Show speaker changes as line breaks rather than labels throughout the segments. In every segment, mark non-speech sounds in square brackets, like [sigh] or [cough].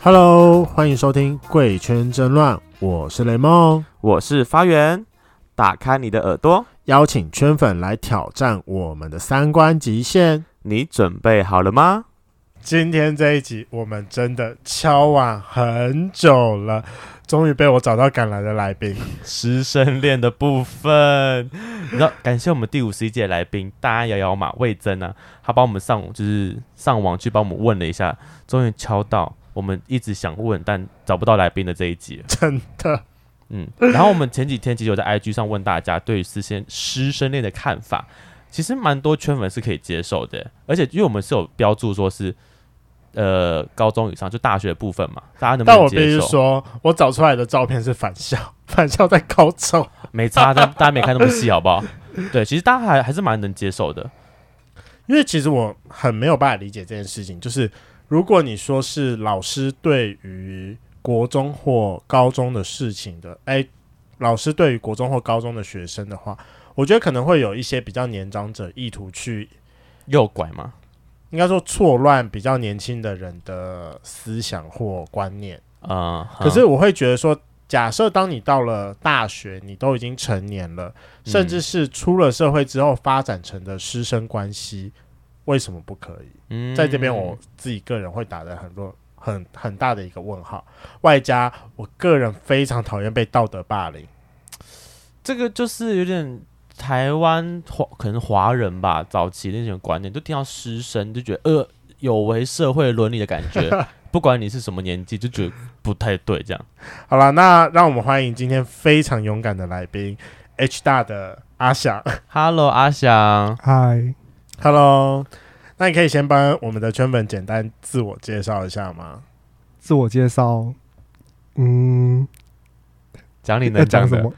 Hello，欢迎收听《贵圈争乱》，我是雷梦，
我是发源，打开你的耳朵，
邀请圈粉来挑战我们的三观极限。
你准备好了吗？
今天这一集我们真的敲碗很久了，终于被我找到赶来的来宾。
师生恋的部分，你知道，感谢我们第五十一届来宾大安摇摇马魏征啊，他帮我们上就是上网去帮我们问了一下，终于敲到我们一直想问但找不到来宾的这一集了。
真的，
嗯，然后我们前几天其实有在 IG 上问大家对于师生师生恋的看法，其实蛮多圈粉是可以接受的，而且因为我们是有标注说是呃高中以上就大学的部分嘛，大家能不
但我
能
必
接
须
受？
说，我找出来的照片是返校，返校在高中。
没差，但大家没看那么细，好不 [laughs] 好？对，其实大家还还是蛮能接受的。
因为其实我很没有办法理解这件事情，就是如果你说是老师对于国中或高中的事情的，哎，老师对于国中或高中的学生的话，我觉得可能会有一些比较年长者意图去，
右拐嘛，
应该说错乱比较年轻的人的思想或观念。
嗯，
可是我会觉得说，假设当你到了大学，你都已经成年了，
嗯
甚至是出了社会之后发展成的师生关系，为什么不可以？
嗯
在这边我自己个人会打的很弱。很很大的一个问号，外加我个人非常讨厌被道德霸凌，
这个就是有点台湾华可能华人吧，早期那种观念，就听到师生就觉得呃有违社会伦理的感
[laughs]
觉，不管你是什么年纪，就觉得不太对这样。
好了，那让我们欢迎今天非常勇敢的来宾 H 大的阿翔
Hello，阿翔，
嗨，
，Hello，那你可以先帮我们的圈粉简单自我介绍一下吗？
自我介绍，嗯，
讲你
要
能
[laughs]
讲
讲
什
的，
么？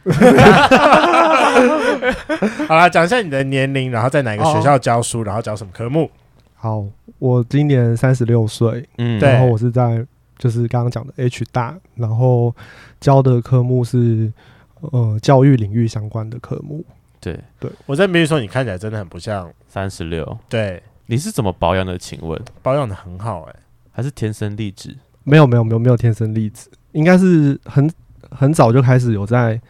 好啦，讲一下你的年龄，然后在哪个学校教书，然后教什么科目。
好，我今年三十六岁，
嗯，
对
然后我是在就是刚刚讲的 H 大，然后教的科目是呃教育领域相关的科目。
对，
我真的必须说，你看起来真的很不像，
三十六，
对，
你是怎么保养的？请问，
保养的很好、欸，哎，
还是天生丽质？
没有没有没有没有天生丽质，应该是很很早就开始有在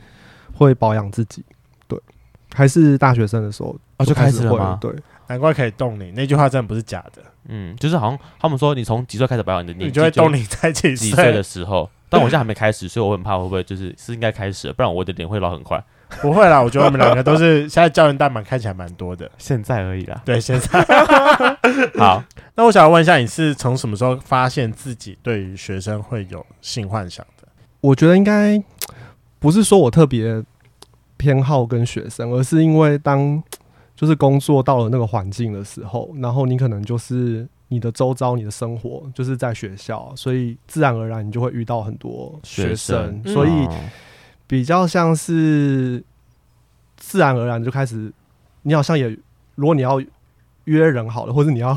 会保养自己，对，还是大学生的时候
哦就开始了
会
吗
对，
难怪可以动你，那句话真的不是假的，
嗯，就是好像他们说你从几岁开始保养你的年纪，
你就会动你在几
几岁
岁
的时候，但我现在还没开始，所以我很怕会不会就是是应该开始了，不然我的脸会老很快。
不会啦，我觉得我们两个都是现在胶原蛋白看起来蛮多的。
[laughs] 现在而已啦。
对，现在。
[laughs] 好，
[laughs] 那我想问一下，你是从什么时候发现自己对于学生会有性幻想的？
我觉得应该不是说我特别偏好跟学生，而是因为当就是工作到了那个环境的时候，然后你可能就是你的周遭、你的生活就是在学校，所以自然而然你就会遇到很多学生，
生
嗯所以
哦
比较像是自然而然就开始，你好像也如果你要约人好了，或者你要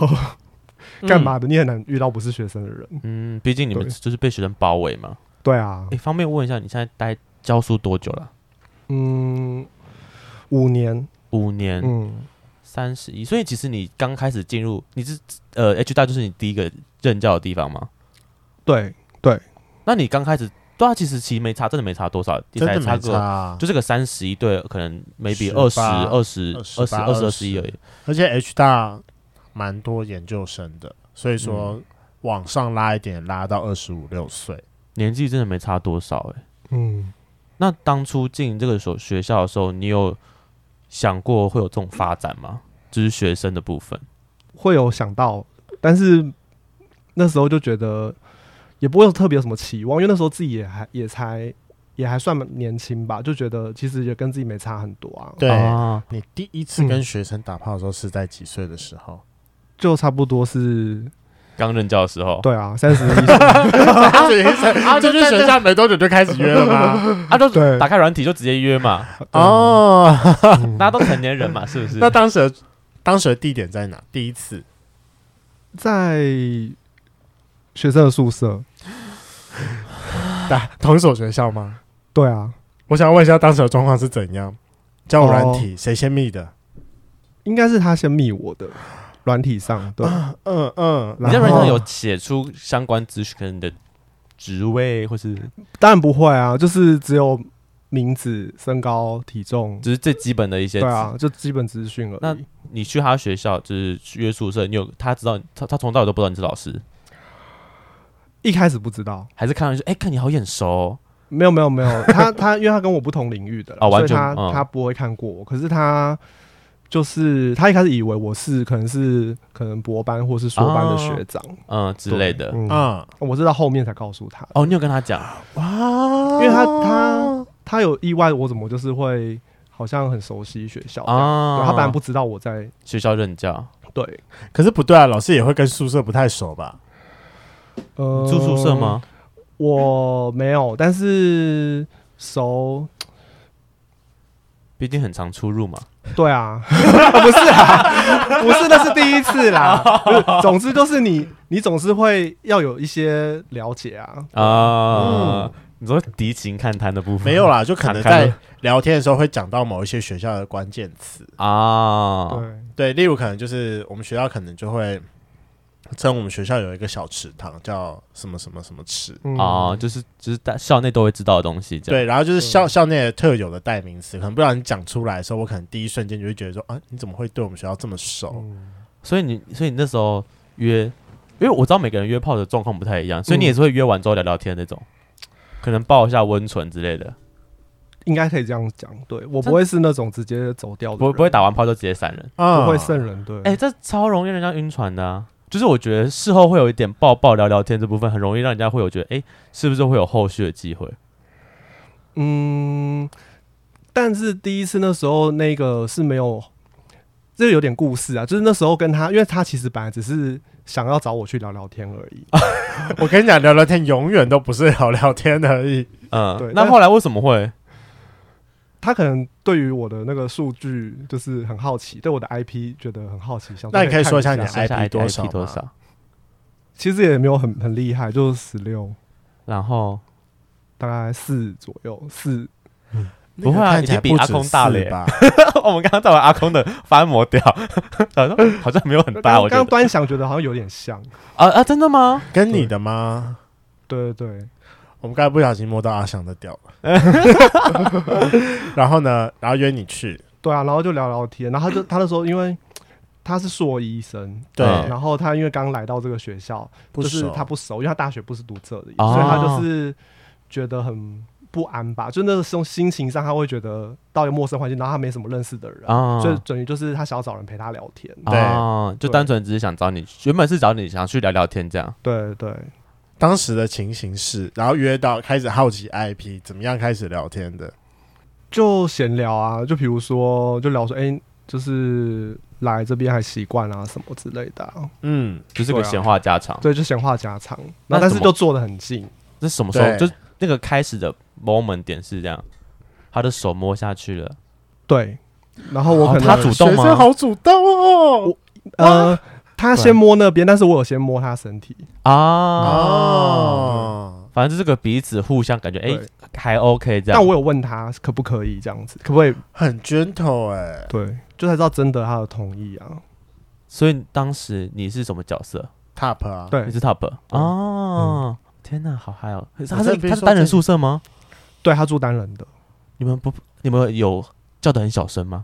[laughs]
嗯
干嘛的，你很难遇到不是学生的人。
嗯，毕竟你们
对
就是被学生包围嘛。
对啊
诶，，方便问一下，你现在待教书多久了？
嗯，五年，
五年，
嗯。
三十一。所以其实你刚开始进入，你是呃 H 大就是你第一个任教的地方吗？
对，
那你刚开始，对啊，其实其实没差，真的没差多少，
真
才
的
差
没
个。
差，啊
就是个三十一对，可能 maybe
18
二十、二十、二十、
28
二十、二十一而已。
而且 H 大蛮多研究生的，所以说往上拉一点，拉到二十五六岁。
年纪真的没差多少哎、
嗯，
那当初进这个所学校的时候，你有想过会有这种发展吗？就是学生的部分，
会有想到，但是那时候就觉得也不会有特别有什么期望，因为那时候自己也还也才也还算蛮年轻吧，就觉得其实也跟自己没差很多啊，
对，
啊，
你第一次跟学生打炮的时候是在几岁的时候？
就差不多是，
刚任教的时候，
对啊，三十一 [laughs] 岁，
[laughs] [laughs] 啊，就去学校没多久就开始约了 [laughs] 吗？
啊，都
对
打开软体就直接约嘛，
哦，
嗯
大家都成年人嘛，是
[laughs]
不是？
那当时的当时的地点在哪？第一 [laughs] 次
在学生的宿舍，
打啊同一所学校吗？
对啊，
我想问一下当时的状况是怎样？交友
哦
软体谁先密的？
应该是他先密我的软体上，对，
嗯嗯，
你在
然后
软体上有写出相关资讯跟你的职位，或是
当然不会啊，就是只有名字、身高、体重，
只是最基本的一些。
对啊，就基本资讯而
那
已。
你去他学校就是去约宿舍，你有他知道他他从头到尾都不知道你是老师，
一开始不知道，
还是看上去哎、看你好眼熟哦、
没有没有
[laughs]
没有，他他因为他跟我不同领域的啦，
哦完
所
全
以他、
嗯
他不会看过我，可是他。就是他一开始以为我是可能是可能博班或是硕班的学长、
嗯之类的。
嗯
啊
我是到后面才告诉他的，
哦，你有跟他讲，
哇，
因为他他他有意外，我怎么就是会好像很熟悉学校啊？
啊
对他本来不知道我在
学校任教，
对
可是不对啊，老师也会跟宿舍不太熟吧？
呃
你住宿舍？吗？
我没有，但是熟
毕竟很常出入嘛。
对啊， [laughs] 不是啊，不是，那是第一次啦。
[laughs]
不是总之就是你你总是会要有一些了解啊，嗯
啊，你说敌情看摊的部分
没有啦，就可能
看看
在聊天的时候会讲到某一些学校的关键词，
啊？
对。
对，例如可能就是我们学校可能就会称我们学校有一个小池塘叫什么什么什么池，
嗯
啊，就是就是大校内都会知道的东西，这样。嗯
对，然后就是校校内的特有的代名词，可能不然你讲出来的时候，我可能第一瞬间就会觉得说啊，你怎么会对我们学校这么熟？
嗯
所以你所以你那时候约，因为我知道每个人约炮的状况不太一样，
嗯
所以你也是会约完之后聊聊天那种，可能抱一下温存之类的，
应该可以这样讲，对我不会是那种直接走掉的人，
不不会打完炮就直接闪人。
啊
不会圣人，对，
哎、这超容易让人家晕船的、啊。就是我觉得事后会有一点抱抱聊聊天这部分，很容易让人家会有觉得，哎、是不是会有后续的机会？
嗯，但是第一次那时候那个是没有，这有点故事啊，就是那时候跟他，因为他其实本来只是想要找我去聊聊天而已，
[laughs] 我跟你讲，聊聊天永远都不是聊聊天而已。
嗯
对，
那
但
后来为什么会？
他可能对于我的那个数据就是很好奇，对我的 IP 觉得很好奇，想
那你可以
看
说一下你的
一
IP 多少吗
多少？
其实也没有很很厉害，就是十六，
然后
大概四左右，四
不会
那
啊
个看起来
已经比
不止
阿空大了
四
耶
吧？
[laughs] 我们刚刚在玩阿空的翻模 [laughs] 掉，好像好像没有很大，
刚
我觉
刚刚
得
端详觉得好像有点像，
啊啊，真的吗？
跟你的吗？
对对对，
我们刚才不小心摸到阿翔的屌 [laughs] 了。然后呢？然后约你去，
对啊，然后就聊聊天，然后
[coughs]
他就他那时候因为他是硕医生，
对，
嗯
然后他因为刚来到这个学校，
不
就是
熟
他不熟，因为他大学不是读这里，
哦
所以他就是觉得很不安吧，就那个时候心情上他会觉得到一个陌生环境，然后他没什么认识的人，
啊，
所以等于就是他想要找人陪他聊天。
对
啊，就单纯只是想找你，原本是找你想去聊聊天这样。
对对，
当时的情形是，然后约到开始好奇 IP 怎么样开始聊天的，
就闲聊啊，就比如说就聊说，哎、就是来这边还习惯啊什么之类的啊、
嗯，
就是个
对啊
闲话家常。
对，就闲话家常。
那
那但是
怎么
就坐得很近，
这是什么时候？
对
就是那个开始的 moment 点是这样，他的手摸下去了，
对。然后我
哦
可能、
他主动
学
吗
生好主动哦
我，呃，他先摸那边，但是我有先摸他身体。
哦啊。
哦，
反正就是个彼此互相感觉，哎
对，
还 OK 这样。
但我有问他可不可以这样子，可不可以？
很 gentle 哎、
对，就才知道真的他的同意啊。
所以当时你是什么角色？
top 啊，
对
你是 top 哦。天哪，好嗨哦！可是他
我
是
真的必须
他是
说
单人
这
宿舍吗？
对他住单人的，
你们不你们有叫的很小声吗？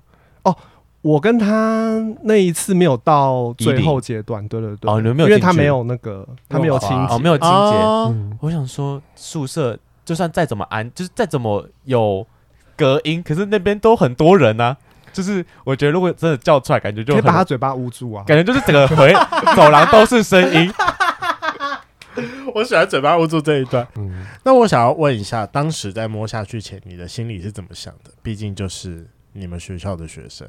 我跟他那一次没有到最后阶段，对对对，
哦，你们没有
因为
进
他
去
没有那个，他没有亲
没有
哦，
戚，
没有清洁。
哦
嗯，
我想说，宿舍就算再怎么安，就是再怎么有隔音，可是那边都很多人啊。就是我觉得，如果真的叫出来，感觉就
可以
很
把他嘴巴捂住啊。
感觉就是整个
[laughs]
回走廊都是声音。
我喜欢嘴巴捂住这一段。
嗯，
那我想要问一下，当时在摸下去前，你的心里是怎么想的？毕竟就是你们学校的学生，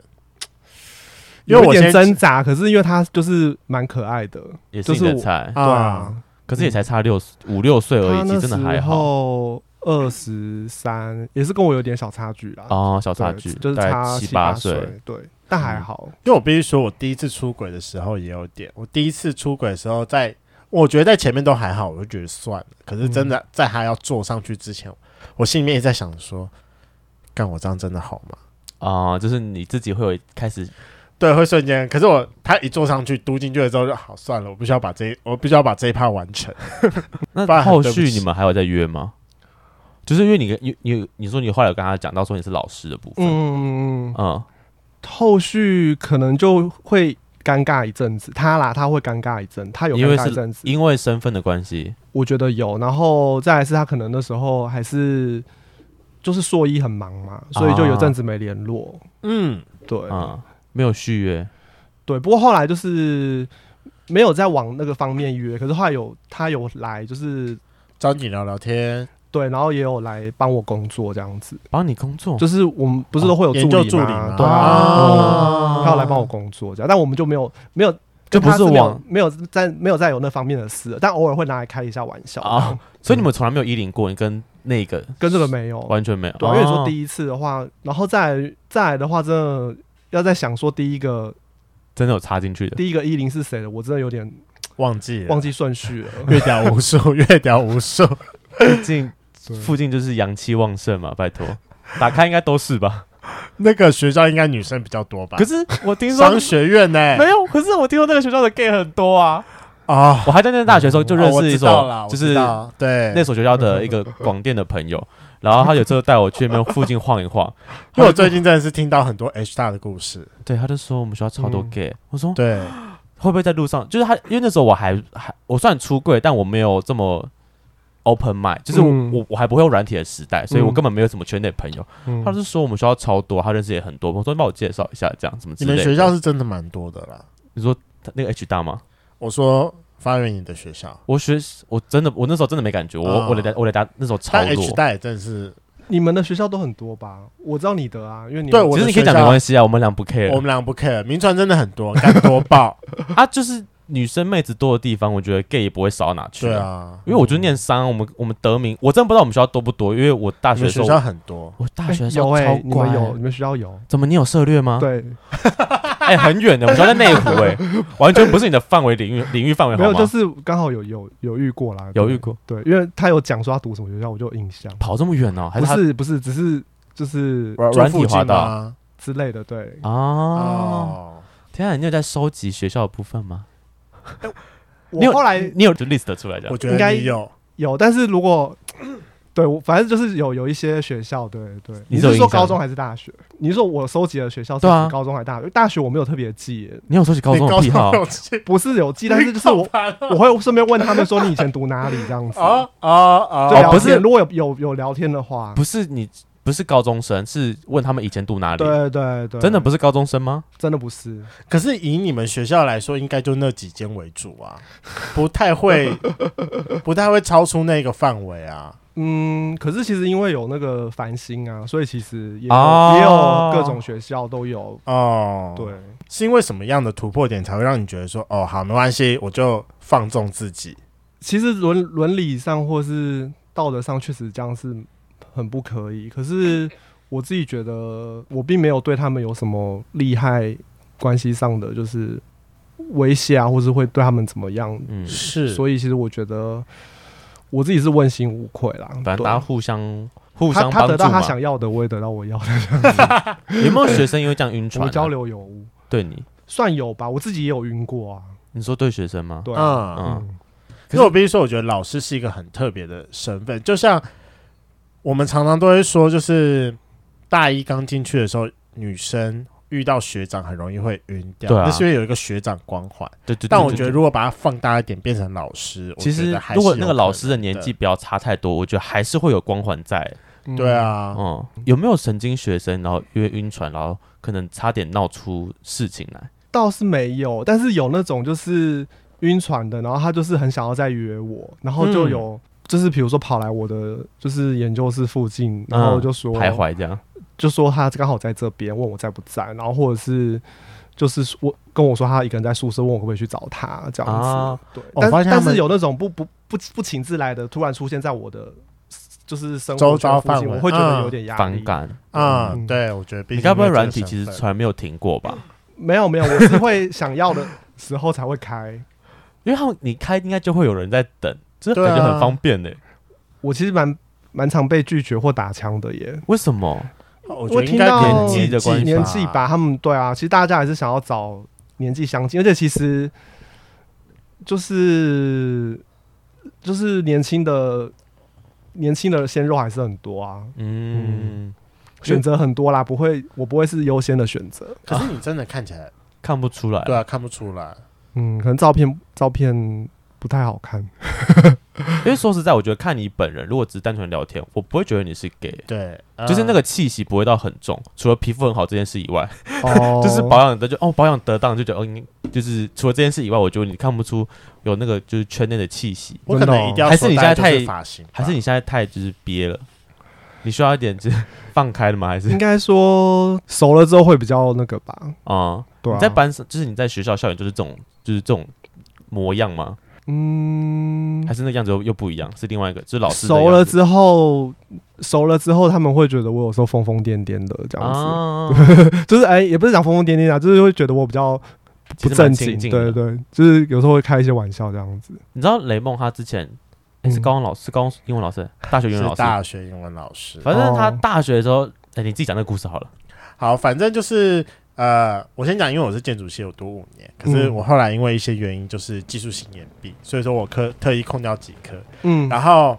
因为
有
我
一点
先
挣扎，可是因为他就是蛮可爱的，
也是
是
你
你
的
的
菜，
对啊，
可是也才差六五六岁而
他
已，其
那
实真的还
时
好
候二十三，也是跟我有点小差距啦。
哦，小
对
差距，
就是
大概
差
七
八
岁。，嗯
对，但还好。
因为我必须说，我第一次出轨的时候也有点，我第一次出轨的时候在，我觉得在前面都还好，我就觉得算了。可是真
嗯
的在他要坐上去之前，我心里面一直在想说，干我这样真的好吗？
哦啊、就是你自己会有开始
对，会瞬间。可是我他一坐上去读进去了之后就，好算了，我必须要把这一我必须要把这一趴完成。不
那
然很
后
对不
续
起
你们还有在约吗？就是因为你跟你你你说你后来有跟他讲到说你是老师的部分，嗯
嗯，后续可能就会尴尬一阵子，他啦他会尴尬一阵，他有
因为
尴尬
是
一阵子，
因为身份的关系，
我觉得有。然后再来是他可能那时候还是就是硕一很忙嘛，所以就有阵子没联络。
嗯，
对、
嗯，没有续约，
对，不过后来就是没有再往那个方面约，可是后来有他有来就是。
找你聊聊天，
对，然后也有来帮我工作这样子，
帮你工作，
就是我们不是都会有助
研究助
理
理
吗？
嘛
对
啊
嗯他有来帮我工作这样，但我们就没有没有，
就不
跟他
是
是没有
往
没有在没有再有那方面的事了，但偶尔会拿来开一下玩笑
啊
啊，
所以你们从来没有依零过，你跟那个
跟这个没有。
完全没有。
对啊，因为你
哦
说第一次的话，然后再来再来的话，真的要再想说第一个
真的有插进去的，
第一个一零是谁的，我真的有点
忘记了
忘记顺
[laughs]
序了。
[laughs] 越屌无数，越屌无数。
毕竟附近就是阳气旺盛嘛，拜托，打开应该都是
[laughs]
吧。
那个学校应该女生比较多吧？
可是我听说
商学院呢、
没有，可是我听说那个学校的 gay 很多啊。
啊，
我还在念大学的时候就认
哦我
识一
知
所，
道啦我
就
知
是
道对，
那所学校的一个广电的朋友，然后他有时候带我去那边附近晃一晃，
因为我最近真的是听到很多 H 大的故事，
对，他就说我们学校超多
嗯
gay，、我说
对，
会不会在路上，就是他，因为那时候我还还我算出柜，但我没有这么 open mind，就是我、
嗯
我我还不会用软体的时代，所以我
嗯
根本没有什么圈内朋友。
嗯
他是说我们学校超多，他认识也很多，我说帮我介绍一下这样什么之
你
类
们
的。
学校是真的蛮多的啦。
你说他那个 H 大吗？
我说发源你的学校，
我学我真的我那时候真的没感觉，我、
啊
我的我的答那时候超
但 H
多。
大也真的是，
你们的学校都很多吧？我知道你的啊，因为你
对
们
我
其
的
实你可
学
以讲没
校
关系啊，我们俩不 care
我们俩不 care，名传真的很多，干多爆，
[laughs]
[laughs]
啊，就是女生妹子多的地方，我觉得 gay 也不会少到哪去。
对，啊，
因为我就念商，我们我们德名，我真的不知道我们学校多不多，因为我大
你
学的
们
时
学
候，
校很多，
我大
哎
学的时
有
候
哎、
超
你们
乖啊
有，你们学校有。
怎么你有涉略吗？，
对，
哎、很远的，我们学校在内湖、
[laughs]
哎，完全不是你的范围领域领域范围，
没有，
好吗
就是刚好有有有遇过啦，
有遇过，
对，因为他有讲说他读什么学校，我就有印象。
跑这么远哦、还
不
他
是不是，只是就是
软
软体
附近
滑道
啊
之类的，对。
啊、
哦，
天啊，你有在收集学校的部分吗？你有
我后来
你有就 list 出来这
我
样？
觉
应
得
该
你有，
有，但是如果 [coughs] 对我反正就是有有一些学校，对对。
你
你
是有
是说
印象
高中还是大学？你是说我收集的学校是
对啊
指高中还是大学？大学我没有特别记耶，
你有收集高
你
中的
高
癖好
[laughs]
中？有去
不是有记，但是就是我我会顺便问他们说你以前读哪里这样
[laughs]
子。
啊啊啊！
对，
哦
聊
不是
天如果有有有聊天的话，
不是你不是高中生，是问他们以前读哪里？
对对对，
真的不是高中生吗？
真的不是，
可是以你们学校来说，应该就那几间为主啊，不太
[laughs]
会，不太会超出那个范围啊。
嗯，可是其实因为有那个繁星啊，所以其实也有、
哦
也有各种学校都有，
哦，
对，，
是因为什么样的突破点才会让你觉得说，哦，好，没关系，我就放纵自己。
其实伦伦理上或是道德上，确实这样是很不可以。可是我自己觉得，我并没有对他们有什么利害关系上的就是威胁啊，或是会对他们怎么样。
嗯，
是
所以其实我觉得我自己是问心无愧啦。
反正
对
大家互相互
他
相
他
帮
得
助
到他
嘛。
想要的，我也得到我要的，
有没有学生因为这样晕
我们
船、
交
啊？
流有无，
对你，
算有吧。我自己也有晕过啊，
你说对学生吗？
对啊，
嗯，
嗯，
嗯
可是我必须说，我觉得老师是一个很特别的身份，就像我们常常都会说，就是大一刚进去的时候，女生遇到学长很容易会晕掉，
对啊
那是因为有一个学长光环。
对对。对
但我
对
觉得，
对
如果把它放大一点，变成老师，我
其
觉
实
得还是
如果那
有
个
可
老师的
能
年纪，不要差太多，我觉得还是会有光环在。
嗯
对，啊，
嗯，有没有神经学生然后因为晕船，然后可能差点闹出事情来？
倒是没有，但是有那种就是晕船的，然后他就是很想要再约我，然后就有、
嗯
就是比如说跑来我的就是研究室附近，然后就
嗯
说、
徘徊这样，
就说他刚好在这边，问我在不在，然后或者是就是我跟我说他一个人在宿舍，问我可不可以去找他这样子。
啊
对，
我
但
发现他
但
们
是有那种不不不不请自来的突然出现在我的。就是生
周
活
遭
圈附
范
近，
围
我会觉得
嗯
有点压力
反。感。
啊、
嗯
对，我觉得毕竟
你该不会
因为这个
软体其
身
实
份
从来没有停过吧？
没有没有，我是会想要的时候才会开。
因为他们你开应该就会有人在等，这
对啊
感觉很方便呢。欸
我其实蛮蛮常被拒绝或打枪的耶。
为什么？
哦我觉
我
得应
听
该
到
年纪的关系
年纪吧，他们对啊，其实大家还是想要找年纪相近，而且其实就是就是年轻的年轻的鲜肉还是很多啊，
嗯，
选择很多啦，不会我不会是优先的选择，
可
啊
是你真的看起来，
看不出来。
对啊，看不出来。
嗯，可能照片照片不太好看，
因为说实在，我觉得看你本人，如果只是单纯聊天，我不会觉得你是 gay，
对，啊
嗯
就是那
个
个气息不会到很重，除了皮肤很好这件事以外，
哦，
[laughs] 就是保养的就哦保养得当，就觉得哦，你就是除了这件事以外，我觉得你看不出有那个就是圈内的气息，
我可能
真的哦
一定要
还是你
说大
现在
概就
太
发型吧，
还是你现在太就是憋了，你需要一点就是放开了吗？还是
应该说熟了之后会比较那个吧，
啊？
对啊，
你在班上就是你在学校校园就是这种就是这种模样吗？
嗯
还。是那样子又又不一样？是另外一个，就是老师的
熟了
样子
之后，熟了之后，他们会觉得我有时候疯疯癫癫的这样子，
啊，
就是哎、也不是讲疯疯癫癫啊，就是会觉得我比较
其
[laughs] 不
实蛮
正
亲
经，
近
对
的
对，就是有时候会开一些玩笑这样子。
你知道雷梦他之前、诶
嗯
是高中老师，是高中英文老师，大学英文老
是
师，
大学英文老师。
反正他
哦
大学的时候，哎、你自己讲那个故事好了。
好，反正就是呃，我先讲，因为我是建筑系，我读五年，可是
嗯
我后来因为一些原因，就是技术型延毕，所以说我科特意空掉几科，
嗯，
然后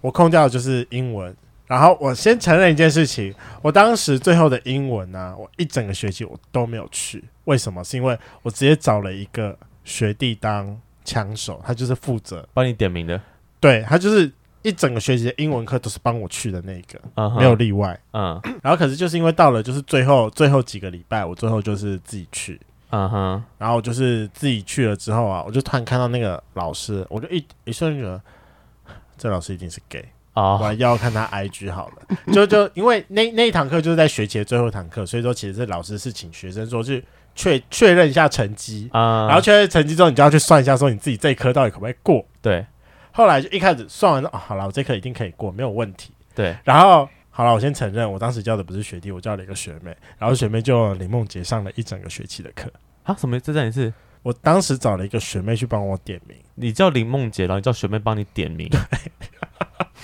我空掉的就是英文。然后我先承认一件事情，我当时最后的英文呢、我一整个学期我都没有去，为什么？是因为我直接找了一个学弟当枪手，他就是负责，
帮你点名的，
对他就是一整个学期的英文课都是帮我去的那一个，
嗯哼，
没有例外。
嗯，
然后可是就是因为到了就是最后最后几个礼拜，我最后就是自己去，
嗯哼，
然后就是自己去了之后啊，我就突然看到那个老师，我就一一瞬间觉得这老师一定是 gay，我
哦，
还要看他 IG 好了。就就因为那那一堂课就是在学期的最后一堂课，所以说其实这老师是请学生说去确确认一下成绩，
啊，
然后确认成绩之后，你就要去算一下说你自己这一科到底可不可以过。
对
后来就一开始算完说，哦，好了，我这科一定可以过，没有问题。
对，
然后好了，我先承认，我当时教的不是学弟，我教了一个学妹，然后学妹就林梦洁上了一整个学期的课。
啊，什么？这真的是
我当时找了一个学妹去帮我点名，
你叫林梦洁，然后你叫学妹帮你点 [laughs] 名，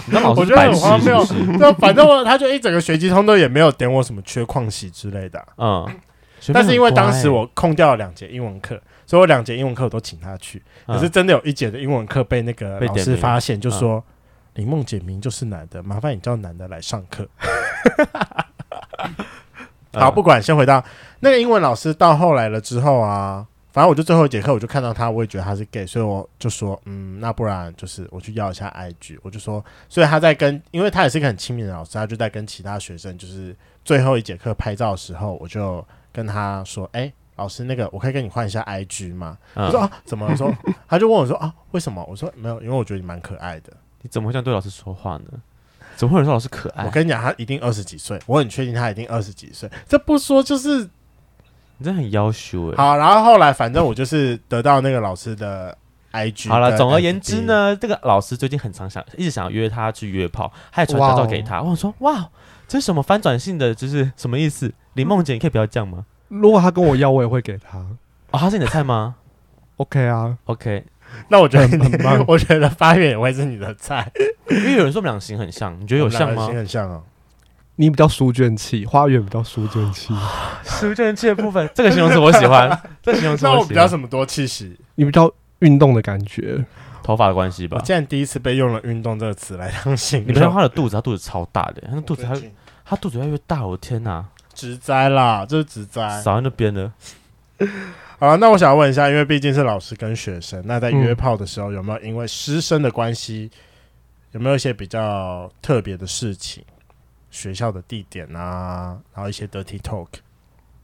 你当老
我觉
师是
得
白
很
痴
荒
是
谬
不是？。
那反正我，他就一整个学期通都也没有点我什么缺旷席之类的啊、 [laughs]
嗯，学妹
但是因为
很乖
当时我空掉了两节英文课，所以我两节英文课我都请他去。
嗯
可是真的有一节的英文课被那个
被
老
点
师
名嗯
发现，就说林梦姐明就是男的，麻烦你叫男的来上课。
嗯
好，不管，先回到那个英文老师到后来了之后啊，反正我就最后一节课我就看到他，我也觉得他是 gay，所以我就说，嗯，那不然就是我去要一下 IG，我就说，嗯所以他在跟，因为他也是一个很亲密的老师，他就在跟其他学生就是最后一节课拍照的时候，我就跟他说，哎、老师，那个我可以跟你换一下 IG 吗？我说
嗯，
啊，怎么？我说，他就问我说啊，为什么？我说没有，因为我觉得你蛮可爱的。
你怎么会这样对老师说话呢？怎么会有人说老师可爱
哎我？跟你讲，他一定二十几岁，我很确定他一定二十几岁。这不说就是
你真的很要求哎。
好，然后后来反正我就是得到那个老师的 IG。
好了，总而言之，呢，这个老师最近很常想，一直想约他去约炮，还传
哇
驾
哦
照给他。我想说，哇，这是什么翻转性的，就是什么意思？林梦姐，你可以不要这样吗？
如果他跟我要，我也会给他。
哦，他是你的菜吗
OK 啊，
？OK，
[laughs] 那我觉得
很很
你，
棒
[laughs] 我觉得发源也会是你的菜，
因为有人说我们俩型很像，你觉得 [laughs] 有像
我们两个
吗 [laughs]
心？很像哦。
你比较书卷气，花园比较书卷
[sighs]
气，
书卷气的部分，这个形容词我喜欢，这个形容词
那我比
喜
较
欢。
什么多气息？
你比较运动的感觉。
头发的关系
我
吧？
竟然第一次被用了“运动”这个词来当形
啊你不要看
容，
他的肚子，他肚子超大的，他的肚子他
最近
他肚子越来越大，我的天哪，
直栽啦，这是直栽。
少在那边了。
好了，那我想问一下，因为毕竟是老师跟学生，那在约炮的时候有没有因为师生的关系，有没有一些比较特别的事情？学校的地点啊，然后一些 dirty talk，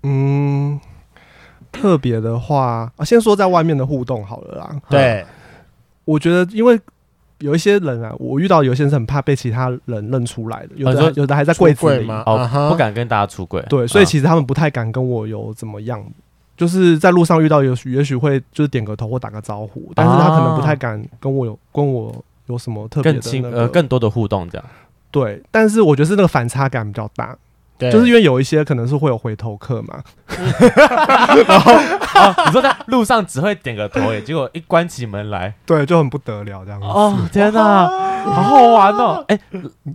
嗯，特别的话啊，先说在外面的互动好了啦。
对，
我觉得因为。有一些人啊，我遇到有些人是很怕被其他人认出来的，有
哦你
的
说
有的还在
出
柜子
柜
里
吗？
哦
啊哈
不，敢跟大家出轨。
对，所以
啊
其实他们不太敢跟我有怎么样，就是在路上遇到有也许会就是点个头或打个招呼，但是他可能不太敢跟我有跟我有什么特
啊
别
更
的
亲
那
呃
个
更多的互动这样。
对，但是我觉得是那个反差感比较大，
对，
就是因为有一些可能是会有回头客嘛，
哦，你说在路上只会点个头耶，结果一关起门来，
对，就很不得了这样子。
哦天哪，好好玩哦！哎，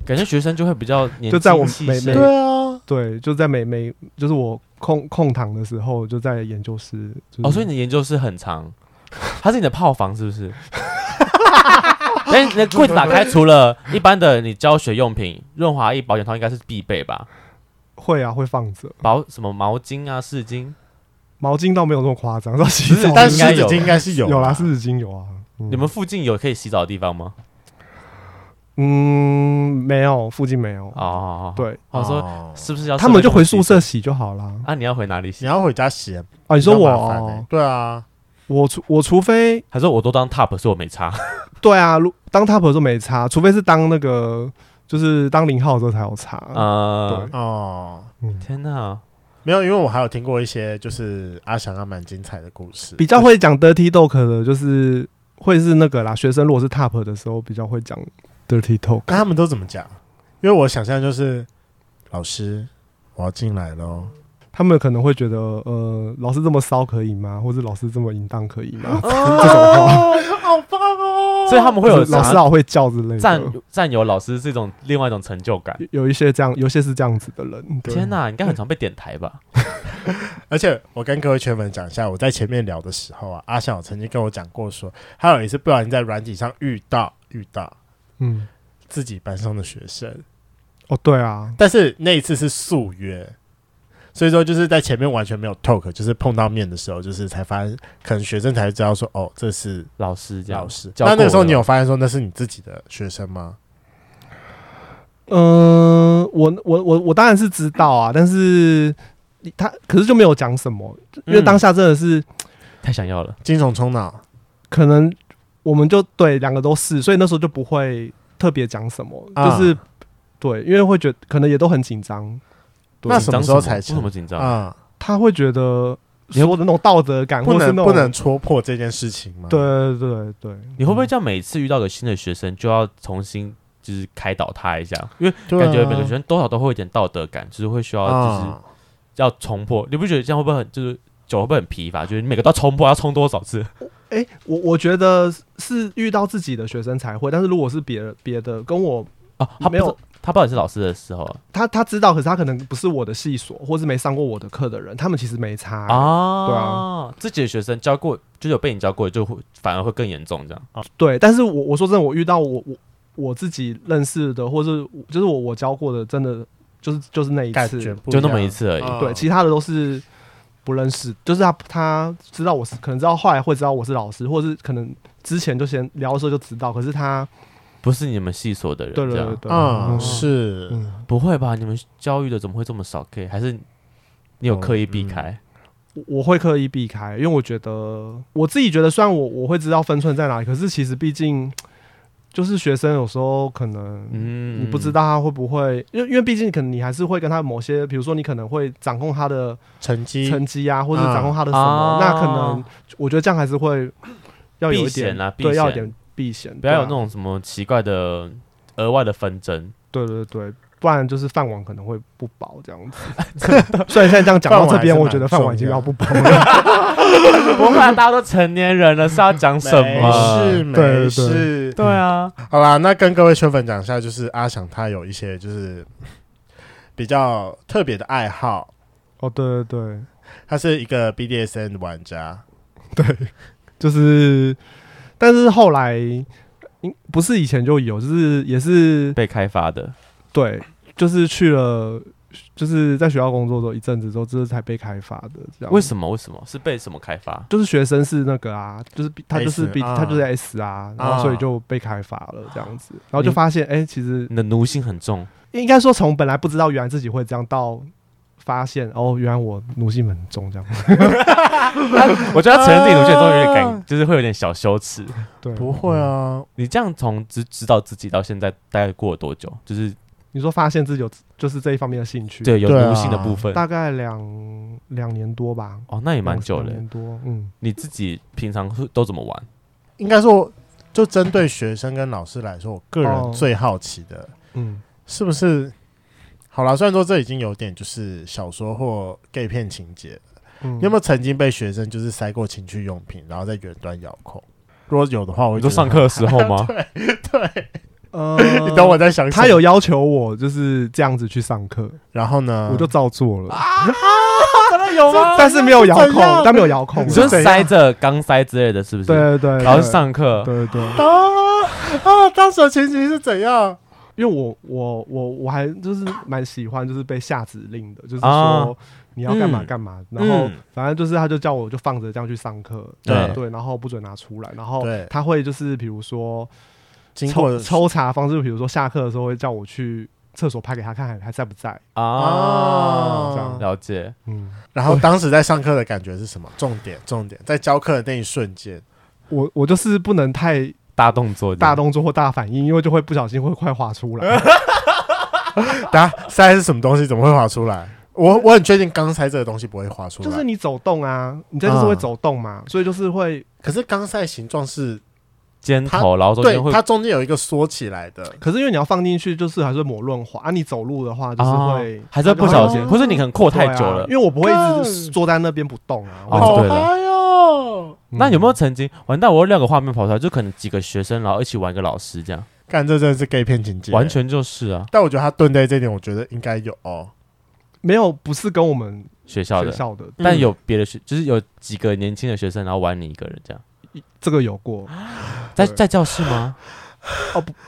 感觉学生就会比较年轻
哦就在我
气
每
盛
每
对啊，
对，就在每每就是我空空堂的时候，就在研究室。就是
哦，所以你的研究室很长，它是你的炮房是不
[laughs]
是？但你的柜子打开，除了一般的你教学用品、润滑液、保险套，应该是必备吧？
会啊，会放着
保什么毛巾啊、湿
嗯
巾？
毛巾，倒没有那么夸张，到洗
不是
澡
但
应
湿
该
纸
有
巾应该是有
有啦，
啦
湿纸巾有啊。嗯
你们附近有可以洗澡的地方吗？
嗯没有，附近没有。
哦，，
对，
我说
哦
是不是要
他们就回
设
宿
备
舍洗就好啦。
啊？你要回哪里洗
你？要回家洗，
啊，你说我、
比较麻烦欸
哦，
对啊，
我除我除非
还是我都当 top，所以我没差。
对啊，如当 top 的时候没差，除非是当那个就是当零号的时候才有差。
呃，
哦，
嗯，
天哪，
没有，因为我还有听过一些就是阿翔他蛮精彩的故事，
比较会讲 dirty talk 的，就是会是那个啦。学生如果是 top 的时候，比较会讲 dirty talk。
那他们都怎么讲？因为我想象就是老师，我要进来喽，
他们可能会觉得，呃，老师这么骚可以吗？或者老师 [laughs] 这么淫荡可以吗？
这种话好棒哦！所以他们会有
老师好会叫之类
占
的。
占有老师是一种另外一种成就感。
有有一些这样，有些是这样子的人。对
天哪，你应该很常被点台吧？
而且我跟各位圈粉讲一下，我在前面聊的时候啊，阿翔有曾经跟我讲过说，他有一次不小心在软体上遇到遇到
嗯，
自己班上的学生，
哦，对啊，
但是那一次是素约，所以说就是在前面完全没有 talk，就是碰到面的时候，就是才发现，可能学生才知道说，哦，这是
老师这样，
老师。
教
那那
过
个时候
了
你有发现说那是你自己的学生吗？
嗯，我我我我当然是知道啊，但是他可是就没有讲什么，因为
嗯
当下真的是、
太想要了。
精虫冲脑，
可能我们就对两个都是，所以那时候就不会特别讲什么，
啊
就是对，因为会觉可能也都很紧张，对
那什么时候才
为什么紧张？
啊、
他会觉得说的那种道德感，
不
或是
能
那种
不能戳破这件事情吗？
对，对对对对，
你会不会这样？每次遇到个新的学生，就要重新就是开导他一下，因为
对啊
感觉每个学生多少都会有一点道德感，就是会需要就是
啊，
要冲破。你不觉得这样会不会很就是久了会不会很疲乏？就是你每个都要冲破，要冲多少次？
哎、我我觉得是遇到自己的学生才会，但是如果是别的别的跟我
哦，他不
没
是
有
他不知道你是老师的时候
他他知道，可是他可能不是我的系所，或是没上过我的课的人，他们其实没差
啊，
对
啊，自己的学生教过，就是有被你教过，就会反而会更严重这
啊
样。
对，但是我我说真的，我遇到我我我自己认识的，或是我就是我我教过的，真的就是就是那一
感
次，
觉不
就
一
那么
样
一次而已
啊
对，其他的都是不认识，就是他他知道我是，可能知道后来会知道我是老师，或者是可能之前就先聊的时候就知道，可是他
不是你们系所的人，
对对
这
对
样
对，
嗯，
嗯
是，
嗯，
不会吧？你们教育的怎么会这么少 K？还是你
哦
有刻意避开？
我我会刻意避开，因为我觉得我自己觉得，虽然我我会知道分寸在哪里，可是其实毕竟就是学生有时候可能
嗯，
你不知道他会不会，因为因为毕竟可能你还是会跟他某些，比如说你可能会掌控他的
成绩
成绩啊，或者
嗯
掌控他的什
啊
么，那可能我觉得这样还是会要有一
避
点
险啊避
对，
险
要有点避险，
不要有
对啊
那种什么奇怪的额外的纷争。
[laughs] 对对对，不然就是饭碗可能会不保这样子。
[laughs]
虽然现在这样讲到这边，
饭碗还是
我觉得饭碗已经要不保了。
不会啊，大家都成年人了，是要讲什
没事
么？
对
没
对
事，
对啊，
好啦，那跟各位圈粉讲一下，就是阿翔他有一些就是比较特别的爱好，
哦，对对对，
他是一个 BDSN 玩家，
就是，但是后来嗯不是以前就有，就是也是
被开发的，
对，就是去了。就是在学校工作之后一阵子之后，这是才被开发的。这样
为什么？为什么是被什么开发？
就是学生是那个啊，就是比他就是
S，
比
啊
他就是 S 啊，然
啊
后所以就被开发了这样子，然后就发现哎、其实
你的奴性很重，
应该说从本来不知道原来自己会这样到。发现哦，原来我奴性很重，这样
我觉得他承认自己奴性很重有点
啊
感，就是会有点小羞耻。
对。
不会啊，
你这样从知知道自己到现在大概过了多久？就是
你说发现自己有就是这一方面的兴趣，
对有
对啊
奴性的部分。
大概两两年多吧，
哦，那也蛮久
两
了。
年多，嗯，
你自己平常是都怎么玩？
应该说就针对学生跟老师来说，我个人
哦
最好奇的、
嗯，
是不是？好啦，虽然说这已经有点就是小说或 gay 片情节，
嗯
你有没有曾经被学生就是塞过情趣用
哦
品，然后在远端遥控？如果有的话，我
我
会
就 [laughs]
觉得
啊上课的时候吗？
对，，
呃
[laughs] 你懂我在想什么
他有，要求我就是这样子去上课，
然后
嗯
呢，
我就照做了，
真的有吗？
但是没有遥
怎
控
样，
但没有遥控
你
啦。
说
怎样
塞着钢塞之类的，是不是？
对，对对，
然后上课，
对对，
啊啊，当时的情形是怎样？
因为我我我我还就是蛮喜欢就是被下指令的，就是
啊
说你要干嘛
嗯
干嘛，然后
嗯
反正就是他就叫我就放着这样去上课，
对
对，然后不准拿出来，然后
对
他会就是比如说
经过
抽抽查方式，比如说下课的时候会叫我去厕所拍给他看还还在不在，
啊，
这样
啊，
了解。
嗯，
然后当时在上课的感觉是什么？重点，重点，在教课的那一瞬
[laughs]
间，
我我就是不能太
大动作，
大，动作或大反应，因为就会不小心会快滑
[laughs]
出来，
大家塞是什么东西？怎么会滑出来？我我很确定钢塞这个东西不会滑出来，
[laughs]
就是你走动啊，你这就是会
嗯
走动嘛，所以就是会，
可是钢塞形状是
尖头，然后中
对
间会
它中间有一个缩起来的，
可是因为你要放进去，就是还是会抹润滑啊，你走路的话就是
啊
会。
还是会不小心，
啊
或者你可能扩太
对啊
久了
因。为我不会一直坐在那边不动啊。我嗯
哦
好
对了
嗨哦！
那有没有曾经完蛋？我有两个画面跑出来，就可能几个学生，然后一起玩一个老师这样，
干，这真的是 gay 片情节，
完。全就是啊，
但我觉得他蹲在这点，我觉得应该有哦。
没有？不是跟我们
学校
学
的。
校的，
但
嗯
有别的学，就是有几个年轻的学生，然后玩你一个人这样，
这个有过
在
对
在教室吗？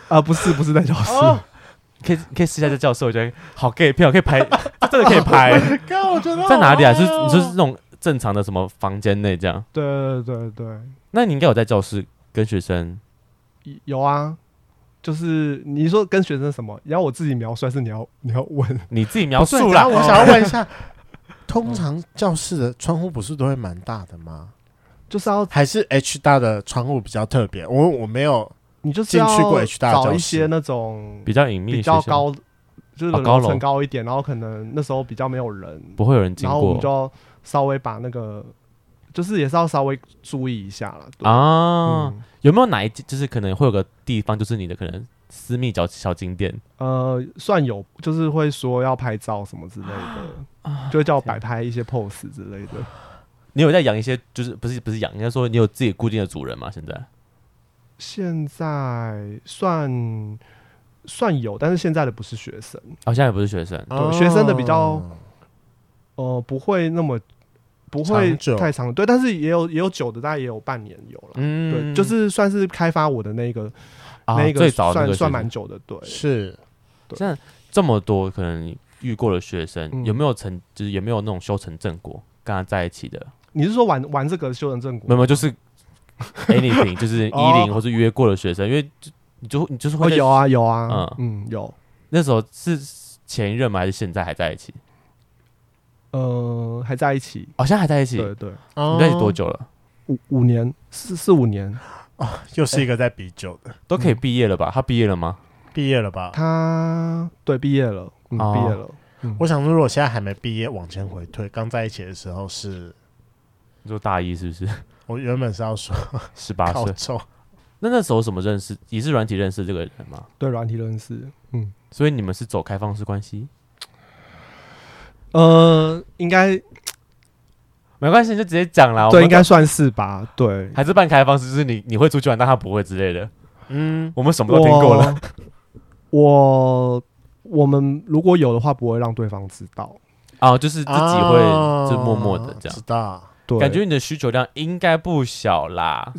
啊？不是，不是在教室，
哦
可以可以试一下这教室，我觉得好 gay 片，我可以拍，真的可以拍。
[laughs]
[laughs]
干，我觉得
在哪里啊？
好
就是
嗨哦
你说是那种正常的什么房间内这样？
对对对对
那你应该有在教室跟学生
对，有啊。就是你说跟学生什么，然后我自己描述，还是你要你要问？ [laughs]
你自己描
不是
述
然
啦
后。我想要问一 [laughs] 下，通常教室的窗户不是都会蛮大的吗？
就是要
还是 H 大的窗户比较特别？我我没有
你就是要
进去过 H 大的教室
找一些那种
比较隐秘，
比较，高，就是
哦高
楼层
楼
高一点，然后可能那时候比较没有人，
不会有人经
然后我们就
过
要稍微把那个，就是也是要稍微注意一下了。对
啊。
嗯
有没有哪一就是可能会有个地方，就是你的可能私密小小景点
呃，算有，就是会说要拍照什么之类的，
啊？
就会叫我摆拍一些 pose 之类的。
你有在养一些，就是不是不是养，应该说你有自己固定的主人嘛？现在
现在算算有，但是现在的不是学生，
好像也不是学生，
对学生的比较
哦
呃，不会那么不
长
会
久
太长，对，但是也有也有久的，大概也有半年有了。对，
嗯，
就是算是开发我的那个、
啊
那个
最早的那
算
个
算
学
蛮
生
久的，对，
是
这么多可能你遇过的学生，
嗯
有没有成就是有没有那种修成正果跟他在一起的？
你是说玩玩这个修成正果？
没有，没有就是 anything，就是 [laughs]
哦
一零或是约过的学生，因为就你就你就是
哦，
会在
有啊，有啊，嗯有。
那时候是前一任吗？还是现在还在一起？
呃，还在一起，
哦，现在还在一起。
对对，
你
你
在一起多？久了？
五五年四四五年，
又是一个在比酒的，
都可以毕业了吧？他毕业了吗？
毕业了吧？
他对毕业了，嗯，毕、
哦
业了，
我想说，如果现在还没毕业，往前回推，刚在一起的时候是，
你说大一是不 [laughs] 是？
我原本是要说
十八
靠
岁。
臭，
那那时候怎么认识？也是软体认识这个人吗？
对软体认识，嗯，
所以你们是走开放式关系？
呃，应该
没关系，你就直接讲啦。我们
对，应该算是吧，对，
还是半开放式，就是你你会出去玩，但他不会之类的。
嗯，
我们什么都听过了。
[laughs] 我。我我们如果有的话，不会让对方知道。
哦，就是自己会
啊
就默默的这样
知。道。
对，
感觉你的需求量应该不小 [laughs] 啦，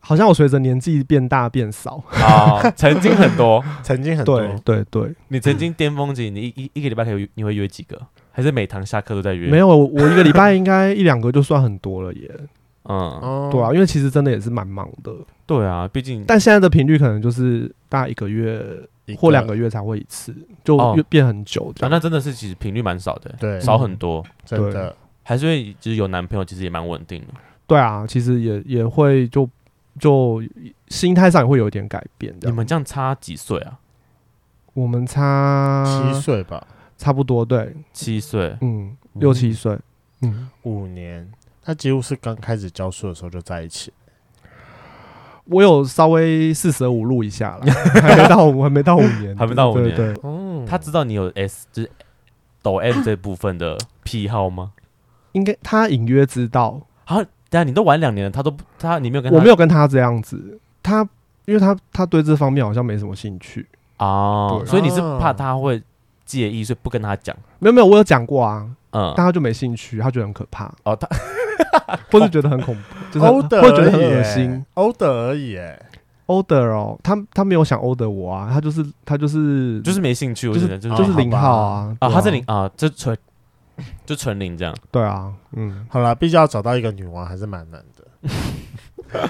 好像我随着年纪变大变少。
啊、曾经很多，
曾经很多
对对对，
你曾经巅峰期，你一一一个礼拜可以你会约几个？还是每堂下课都在约？
没，有我我一个礼拜应该一两个就算很多了耶。
嗯，
哦
对啊，，因为其实真的也是蛮忙的，
对啊，毕竟
但现在的频率可能就是大概一个月
一
或两个月才会一次，就
哦
越变很久这
啊，
样。
那真的是其实频率蛮少的，
对
少很多，
真的
还是会就是有男朋友，其实也蛮稳定的。
对啊，其实也也会就就心态上也会有一点改变这
你
样。
们这样差几岁啊？
我们差
七岁吧，
差不多对，
七岁，
嗯，六七岁，嗯，
五年，他几乎是刚开始教书的时候就在一起。
我有稍微四舍五入一下
[laughs]
了，还没到五，还没到五年，
还没到五年
对对，对
哦
他知道你有 S 就是抖 M 这部分的癖好吗？
应该他隐约知道，
啊，等一下你都玩两年了，他都不他你没有跟他
我没有跟他这样子，他因为他他对这方面好像没什么兴趣。
哦，
对
所以你是
哦
怕他会介意，所以不跟他讲。
没有没有，我有讲过啊，
嗯
但，他就没兴趣，他觉得很可怕，
哦，他
或是觉得很
[laughs]
恐怖，就是
欧
很
德
或者觉得很
而已耶
恶心。，
欧德而已耶。
order 哦，他他没有想 order 我啊，他就是他就是
就是没兴趣，我
就
觉
是
得就
哦
是
就是
好
零
吧
号啊，
啊，
对
他是零，啊，就纯就纯零这样。
对啊，嗯，
好啦，毕竟要找到一个女王还是蛮难的。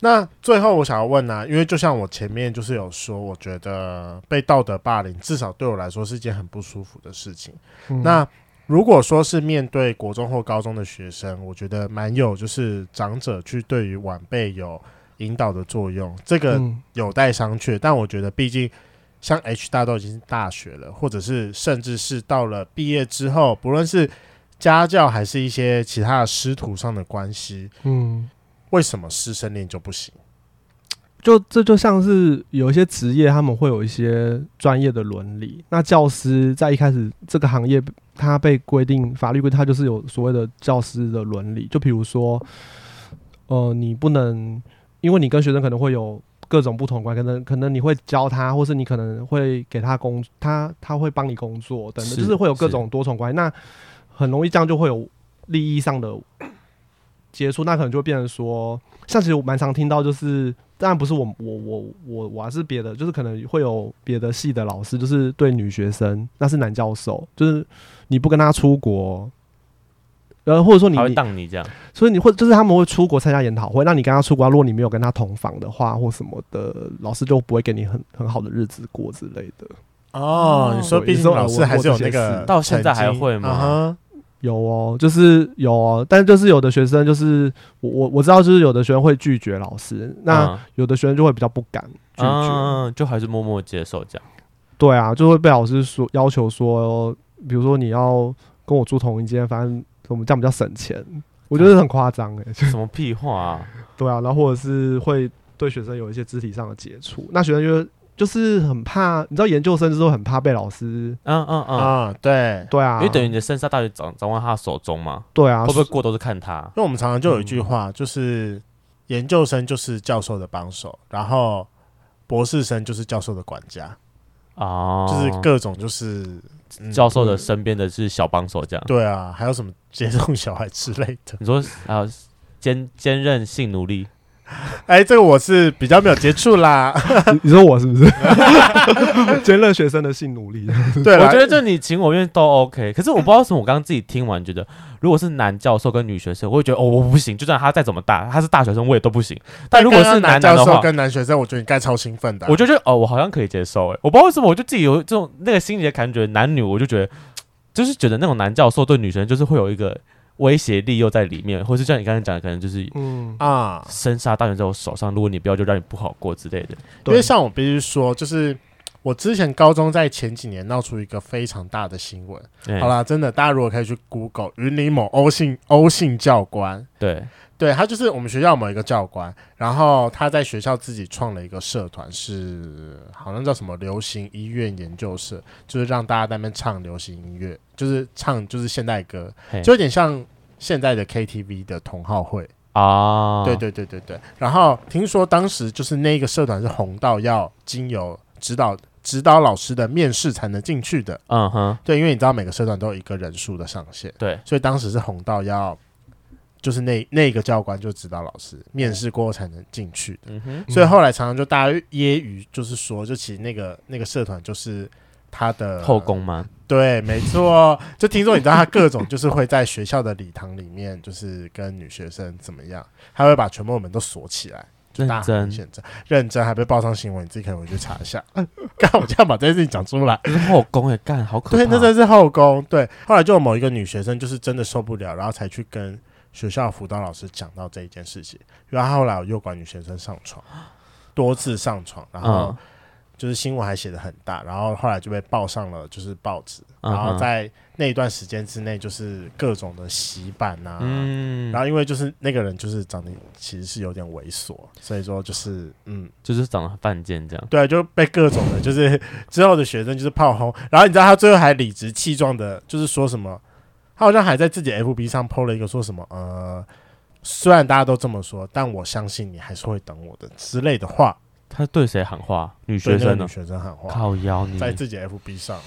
那最后我想要问呢、因为就像我前面就是有说，我觉得被道德霸凌至少对我来说是一件很不舒服的事情。
嗯
那如果说是面对国中或高中的学生，我觉得蛮有就是长者去对于晚辈有引导的作用，这个
嗯
有待商榷。但我觉得，毕竟像 H 大都已经是大学了，或者是甚至是到了毕业之后，不论是家教还是一些其他的师徒上的关系，
嗯，
为什么师生恋就不行？
就这就像是有一些职业，他们会有一些专业的伦理。那教师在一开始这个行业，他被规定法律规定，他就是有所谓的教师的伦理。就比如说，呃，你不能，因为你跟学生可能会有各种不同的关系，可能可能你会教他，或是你可能会给他工，他他会帮你工作等等，
是
就是会有各
是
种多重关系。那很容易这样就会有利益上的接触，那可能就会变成说，像其实我蛮常听到，就是当然不是我我我我我还是别的，就是可能会有别的系的老师，就是对女学生，那是男教授，就是你不跟他出国，呃，或者说你
他会
你
当你这样，
所以你会就是他们会出国参加研讨会，那你跟他出国啊，如果你没有跟他同房的话或什么的，老师就不会给你很很好的日子过之类的。
哦，你说
对
毕
你
竟
说
老
我
师还是有那
我这些
个
事
到现在还
成绩
会吗
啊哈
有哦，就是有哦，但就是有的学生就是我我我知道，就是有的学生会拒绝老师，那
嗯
有的学生就会比较不敢拒绝。
嗯，就还是默默接受
[laughs]
这样。
对啊，就会被老师说要求说，比如说你要跟我住同一间，反正我们这样比较省钱。我觉得很夸张哎，
[laughs]
就
什么屁话啊？
对啊，然后或者是会对学生有一些肢体上的接触，那学生就就是很怕，你知道研究生就是会很怕被老师
嗯嗯嗯，
啊，对，
对啊，
因为等于你的身上到底掌掌握他的手中嘛，
对啊，
会不会过都是看他
因？为我们常常就有一句话，就是研究生就是教授的帮手，然后博士生就是教授的管家，
哦，
就是各种就是、嗯
教授的身边的是小帮手这
[laughs]
样。
对啊，还有什么接送小孩之类的。 [laughs]
你说呃还有坚坚韧性奴隶，
哎，这个我是比较没有接触啦， [laughs]
你你说我是不是 [laughs] 兼任学生的性奴隶？
对啦
我觉得就你情我愿都 OK。可是我不知道为什么，我刚刚自己听完觉得，如果是男教授跟女学生，我会觉得哦，我不行。就算他再怎么大，他是大学生，我也都不行。但如果是
刚刚男
男男
教
的
授
话，
跟男学生，我觉得你该超兴奋的啊、
我就觉得哦，我好像可以接受。哎，我不知道为什么，我就自己有这种那个心里的感觉，男女我就觉得，就是觉得那种男教授对女生就是会有一个威胁力又在里面，或是像你刚才讲的，可能就是
嗯，
啊，
生杀大权在我手上，如果你不要，就让你不好过之类的。
因
对
为像我必须说，就是我之前高中在前几年闹出一个非常大的新闻。
对
好啦，真的，大家如果可以去 Google 云林某欧姓欧姓教官，
对，
对他就是我们学校某一个教官，然后他在学校自己创了一个社团，是好像叫什么流行医院研究社，就是让大家在那边唱流行音乐，就是唱就是现代歌
嘿，
就有点像现在的 KTV 的同好会。
啊，
对对对对对。然后听说当时就是那个社团是红到要经由指导指导老师的面试才能进去的，
嗯哼，
对，因为你知道每个社团都有一个人数的上限。
对，
所以当时是红到要，就是那那个教官就指导老师面试过后才能进去的，
哦嗯哼，
所以后来常常就大家揶揄，就是说，就其实那个那个社团就是他的
后，宫吗？
对，没错，就听说你知道他各种就是会在学校的礼堂里面，就是跟女学生怎么样，他会把全部门都锁起来。就大
认
家很
真，
认真，认真还被报上新闻，你自己可以回去查一下。 [laughs] 刚好我这样把这件事情讲出来，
就是后宫也干，好可怕。
对，那真是后宫。对，后来就有某一个女学生就是真的受不了，然后才去跟学校辅导老师讲到这一件事情，然后后来有诱拐女学生上床，多次上床，然后
嗯
就是新闻还写的很大，然后后来就被报上了就是报纸，
嗯
然后呃
哼
在那一段时间之内就是各种的洗版啊。
嗯，
然后，因为就是那个人，就是长得其实是有点猥琐，所以说就是嗯，
就是长得犯贱这样。
对，啊就被各种的，就是 [laughs] 之后的学生就是炮轰，然后你知道他最后还理直气壮的，就是说什么，他好像还在自己 FB 上 PO 了一个说什么，呃，虽然大家都这么说，但我相信你还是会等我的之类的话，
他对谁喊话？女
对
学
那个
生呢
女？学生喊话，
靠腰你，
在自己 FB 上，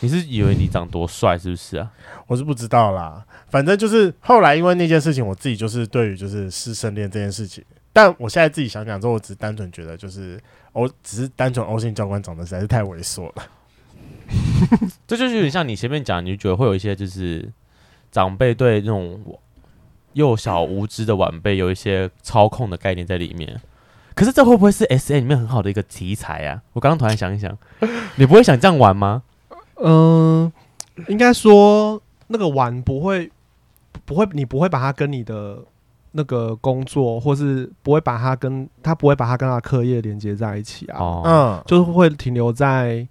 你是以为你长多帅是不是啊？
我是不知道啦。反正就是后来因为那件事情，我自己就是对于就是师生恋这件事情，但我现在自己想想之后，我只是单纯觉得就是我只是单纯欧信教官长得实在是太猥琐了。
这就是有点像你前面讲，你就觉得会有一些就是长辈对那种幼小无知的晚辈有一些操控的概念在里面。可是这会不会是 S A 里面很好的一个题材啊？我刚刚突然想一想，你不会想这样玩吗？
嗯、应该说那个玩不会，不会，你不会把它跟你的那个工作，或是不会把它跟他不会把它跟他的课业连接在一起啊，
哦，
嗯，
就是会停留在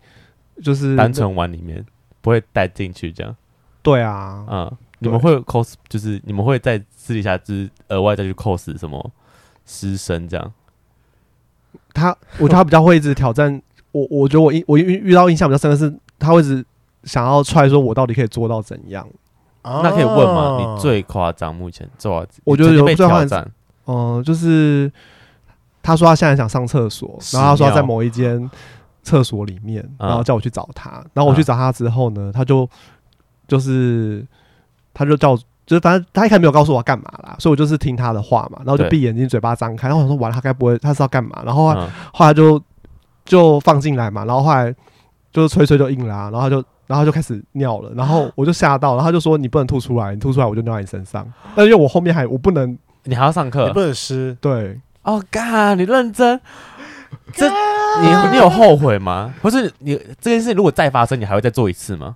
就是
单纯玩里面不会带进去这样。
对啊，
嗯，你们会 cos，就是你们会在私底下就是额外再去 cos 什么师生这样？
他，我觉得他比较会一直挑战我。我觉得我印我遇遇到印象比较深的是，他会一直想要踹说我到底可以做到怎样。
那可以问吗？
哦
你最夸张目前做到，
我觉得
你曾经
有
被
最夸
挑
张
战，
嗯、就是他说他现在想上厕所，然后他说他在某一间厕所里面，
嗯
然后叫我去找他。然后我去找他之后呢，他就就是他就叫我。就是反正他一开始没有告诉我要干嘛啦，所以我就是听他的话嘛，然后就
对
闭眼睛，嘴巴张开，然后我想说完了，他该不会他是要干嘛？然后
嗯
后来就就放进来嘛，然后后来就是吹吹就硬啦、然后他就然后他就开始尿了，然后我就吓到，然后他就说你不能吐出来，你吐出来我就尿在你身上。但因为我后面还我不能
你还要上
你
课
不？能湿，
对，
哦，干，你认真？这你你有后悔吗？或是你这件事如果再发生，你还会再做一次吗？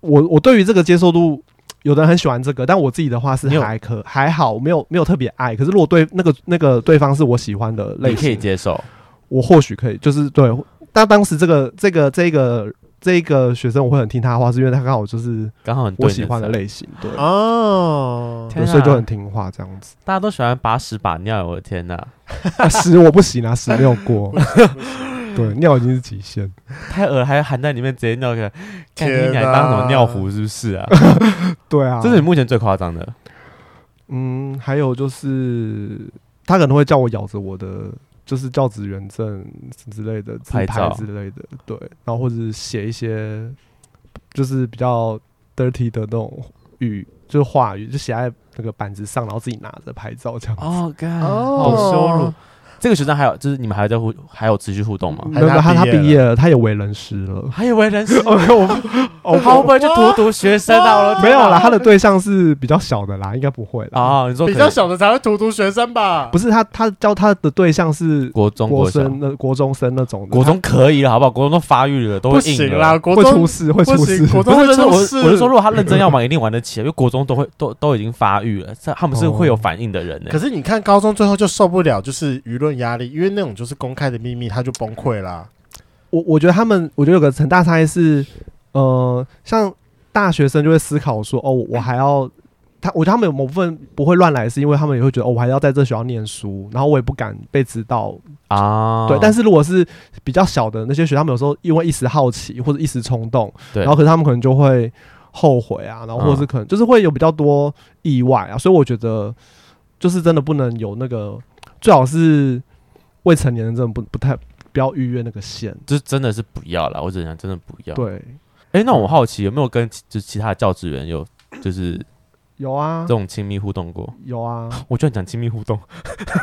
我我对于这个接受度，有的人很喜欢这个，但我自己的话是
你有
还可还好，没有没有特别爱。可是如果对那个那个对方是我喜欢的类
你可以
型，
接受，
我或许可以，就是对。但当时这个这个这个这个学生，我会很听他的话，是因为他刚好就是
刚好很对
我
你
喜欢的
事
类型，对，
哦，
天
对所以就很听话这样
[laughs]
子。
大家都喜欢把屎把尿，我的天哪，
啊屎我不行啊，屎没有
[laughs]
过，对，尿已经是极限。
太恶还含在里面直接尿出来， [laughs] 看
天
你奶
哪
当什么尿壶是不是
[laughs]
啊？
对啊，
这是你目前最夸张的。
嗯，还有就是他可能会叫我咬着我的。就是教职员证之类的自
拍
拍
照
之类的，对，然后或者是写一些就是比较 dirty 的那种语，就是话语，就写在那个板子上，然后自己拿着拍照这样子。
哦，干，
哦
好羞辱。这个学生还有，就是你们还有在互，还有持续互动吗？
没有，没有
还
他
是他毕业
他
了
毕业了，他也为人师了。 [laughs]
还以为人是
哦，没有我不哦
他会不会就荼毒学生啊？我的
没有啦，他的对象是比较小的啦，应该不会啦。
啊，你说
比
可
较
能
小的才会荼毒学生吧？
不是他，他教他的对象是
国中、
国
国小、
生那国中生那种的，
国中可以了，好不好？国中都发育了，都
不
会硬
行
了
啦，。国
他会出
中
事，会出
不行，。
事
国
不
中会
是不是，我
出事。
我是说，如果他认真要玩，一定玩得起，因为国中都会都都已经发育了，这他们是会有反应的人呢
可。是你看，高中最后就受不了，就是舆论压力，因为那种就是公开的秘密，他就崩溃啦。
我我觉得他们，我觉得有个很大差异是，呃，像大学生就会思考说，哦，我我还要。他，我觉得他们有某部分不会乱来，是因为他们也会觉得，哦，我还要在这学校念书，然后我也不敢被知道，
啊，
对。但是如果是比较小的那些学校，他们有时候因为一时好奇或者一时冲动，
对
然后可是他们可能就会后悔啊，然后或者是可能就是会有比较多意外啊，所以我觉得就是真的不能有那个，最好是未成年人真的不不太不要预约那个线，
就真的是不要了，我只能讲真的不要。，
对，
哎，那我好奇有没有跟其就是其他的教职员有就是
有啊
这，种亲密互动过？
有啊，
我居然讲亲密互动，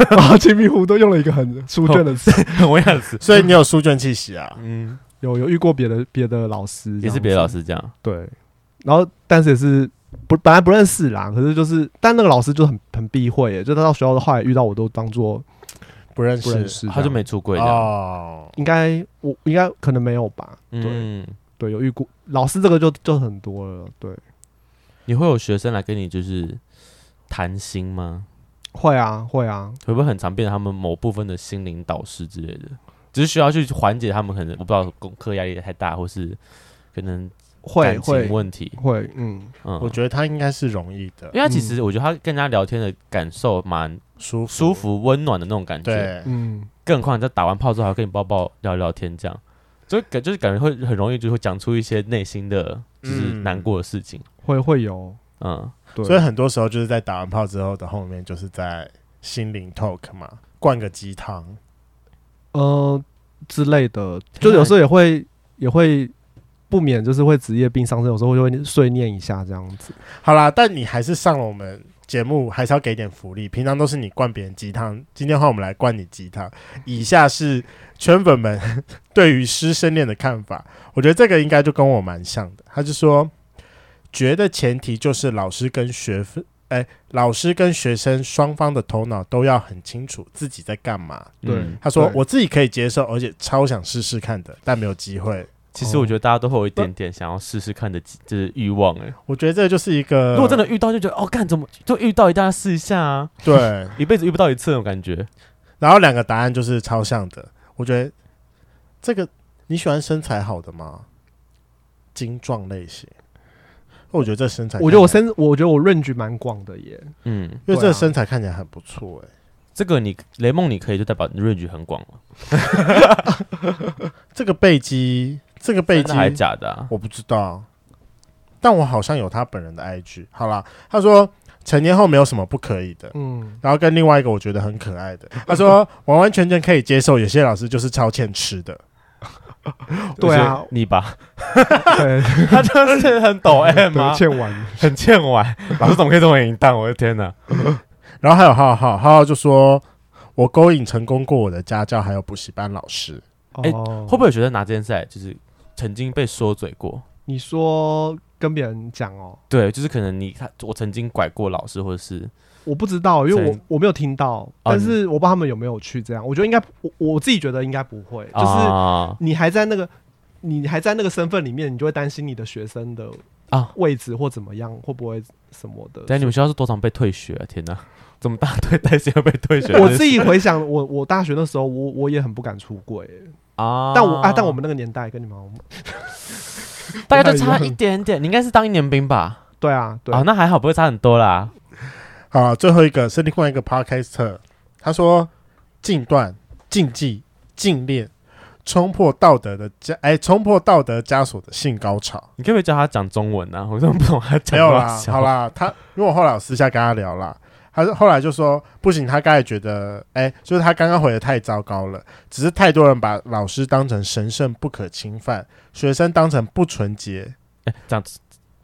啊，亲密湖都用了一个很书卷的词，
[laughs] 我想死。
所以你有书卷气息啊？
嗯，
[laughs] 有有遇过别的别的老师，
也是别的老
师，
师这样。
对，然后但是也是。不，本来不认识啦，可是就是，但那个老师就很很避讳耶，就他到学校的后来遇到我都当做
不认
不
识，
认识这样，
他就没出柜这样。
哦。
应该我应该可能没有吧？对
嗯，
对，有预估老师这个就就很多了，对，
你会有学生来跟你就是谈心吗？
会啊会啊，
会不会很常变成他们某部分的心灵导师之类的？只是需要去缓解他们可能我不知道功课压力太大，或是可能
会
感
会
情问题。
会，嗯，
嗯，
我觉得他应该是容易的，
因为他其实我觉得他跟人家聊天的感受蛮
舒服
舒。服、温暖的那种感觉。
对，
嗯，
更何况你在打完炮之后还跟你抱抱聊聊天，这样就感就是感觉会很容易就会讲出一些内心的就是
嗯
难过的事情。
会会有，
嗯，
对，
所以很多时候就是在打完炮之后的后面，就是在心灵 talk 嘛，灌个鸡汤。
呃之类的，就有时候也会也会不免就是会职业病上升，有时候就会碎念一下这样子。
好啦，但你还是上了我们节目，还是要给点福利。平常都是你灌别人鸡汤，今天换我们来灌你鸡汤。以下是圈粉们对于师生恋的看法，我觉得这个应该就跟我蛮像的。他就说，觉得前提就是老师跟学分。哎，老师跟学生双方的头脑都要很清楚自己在干嘛。
对
嗯
他说
对：“
我自己可以接受，而且超想试试看的，但没有机会。
其实我觉得大家都会有一点点想要试试看的，就是欲望哎、
我觉得这就是一个，
如果真
的
的遇到，就觉得哦，干怎么就遇到一定要试一下啊，
[laughs] 对，
一辈子遇不到一次那种感觉。
然后两个答案就是超像的。我觉得这个你喜欢身材好的吗？精壮类型，我觉得这身材看起来，
我觉得我身，我觉得我 range 蛮广的
[laughs]
耶。
嗯，
因为
对
这
啊
身材看起来很不错哎、
这个你雷梦你可以就代表你的 range 很广了，
这个背肌，这个背
真
肌
的还假的啊？
我不知道，但我好像有他本人的 IG。好啦，他说成年后没有什么不可以的，
嗯，
然后跟另外一个我觉得很可爱的，他
[laughs]
说完完全全可以接受，有些老师就是超欠吃的。
对啊
就是，你吧， [laughs]
对，
他就是很抖 M
得
啊，
欠完。
很欠玩，老师怎么可以这么淫荡？我的天哪！
然后还有浩浩，浩浩就说我勾引成功过我的家教还有补习班老师，
[laughs] 哎
哦
会不会有学生拿这件事来，就是曾经被说嘴过？
你说跟别人讲哦？
对，就是可能你他我曾经拐过老师，或者是
我不知道，因为
谁
我我没有听
哦
到，但是我不知道他们有没有去这样。我觉得应该，我我自己觉得应该不会，就是
啊
你还在那个。你还在那个身份里面，你就会担心你的学生的
啊，
位置或怎么样，会不会什么的？
但你们学校是多常被退学啊？天哪，这么大对待谁会被退学？
[laughs] 我自己回想，我我大学那时候，我我也很不敢出柜、
啊，
但我啊，但我们那个年代跟你们好像，
大概就差一点点，你应该是当一年兵吧？
对啊， [laughs] 对
啊，那还好，不会差很多啦。
好，最后一个是另外一个 podcaster，他说禁断、禁忌、禁恋，冲破道德的枷，哎，冲破道德枷锁的性高潮。
[laughs] 你可不可以叫他讲中文啊？我真的不懂他
没
讲
有
多
啦，
少。
好，啦，他因为我后来有私下跟他聊啦，他是后来就说不行，他刚才觉得，哎、就是他刚刚回的太糟糕了，只是太多人把老师当成神圣不可侵犯，学生当成不纯洁，
哎，讲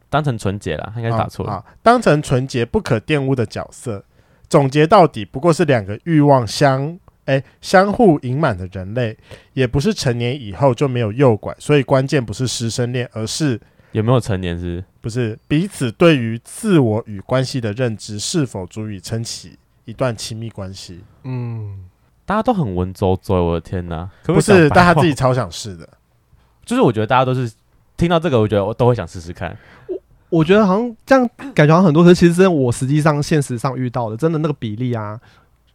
当成纯洁啦，他应该是打错
啊
了。
啊当成纯洁不可玷污的角色。总结到底，不过是两个欲望相。哎，相互隐满的人类，也不是成年以后就没有诱拐，所以关键不是师生恋，而是
有没有成年是？
不是彼此对于自我与关系的认知是否足以撑起一段亲密关系？
嗯，
大家都很文绉绉，我的天哪！可
不
可以
是，
讲白
但他
话
自己超想试的。
就是我觉得大家都是听到这个，我觉得我都会想试试看。
我觉得好像这样感觉好像很多，可是其实真的我实际上现实上遇到的，真的那个比例啊，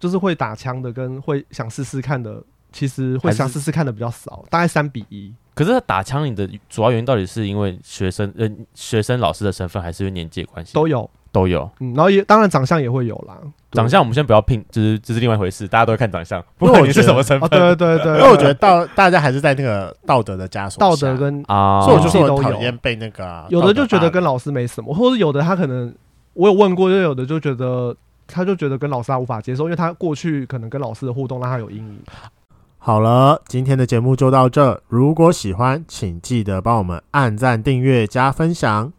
就是会打枪的跟会想试试看的，其实会
还是
想试试看的比较少，大概三比一。
可是打枪你的主要原因到底是因为学生呃学生老师的身份，还是因为年纪的关系？
都有，
都有。
嗯，然后也当然长相也会有啦，对
长相我们先不要拼，就是这是另外一回事，大家都会看长相，不
因为
管
我
你
觉
是
得
什么身
啊，
份
对对对，
[laughs] 因为我觉得道大家还是在那个道德的枷锁
道
下
德，跟
啊。
所以我就说
都
我
有
讨厌被那个啊、
有的就觉得跟
道
老师没什么，或者有的他可能我有问过，就有的就觉得他就觉得跟老师他无法接受，因为他过去可能跟老师的互动让他有阴影。
好了，今天的节目就到这。如果喜欢，请记得帮我们按赞、订阅、加分享。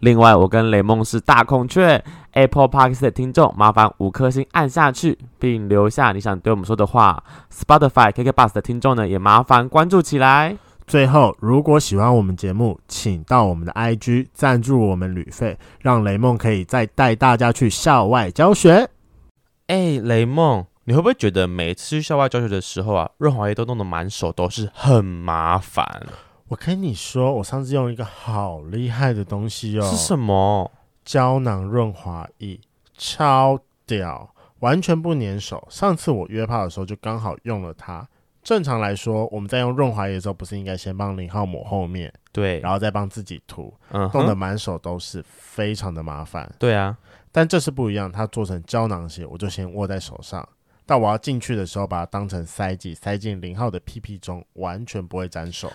另外，我跟雷梦是大孔雀 Apple Park 的听众，麻烦五颗星按下去，并留下你想对我们说的话。Spotify KK Bus 的听众呢，也麻烦关注起来。
最后，如果喜欢我们节目，请到我们的 IG 赞助我们旅费，让雷梦可以再带大家去校外教学。
哎、雷梦，你会不会觉得每次去校外教学的时候啊，润滑液都弄得满手都是，很麻烦？
我跟你说，我上次用一个好厉害的东西哦，
是什么？
胶囊润滑液，超屌，完全不粘手。上次我约炮的时候就刚好用了它。正常来说，我们在用润滑液的时候，不是应该先帮零号抹后面，
对，
然后再帮自己涂，
嗯哼
弄得满手都是，非常的麻烦。
对啊，
但这次不一样，它做成胶囊鞋，我就先握在手上。但我要进去的时候，把它当成塞剂塞进零号的屁屁中，完全不会沾
[laughs]
手。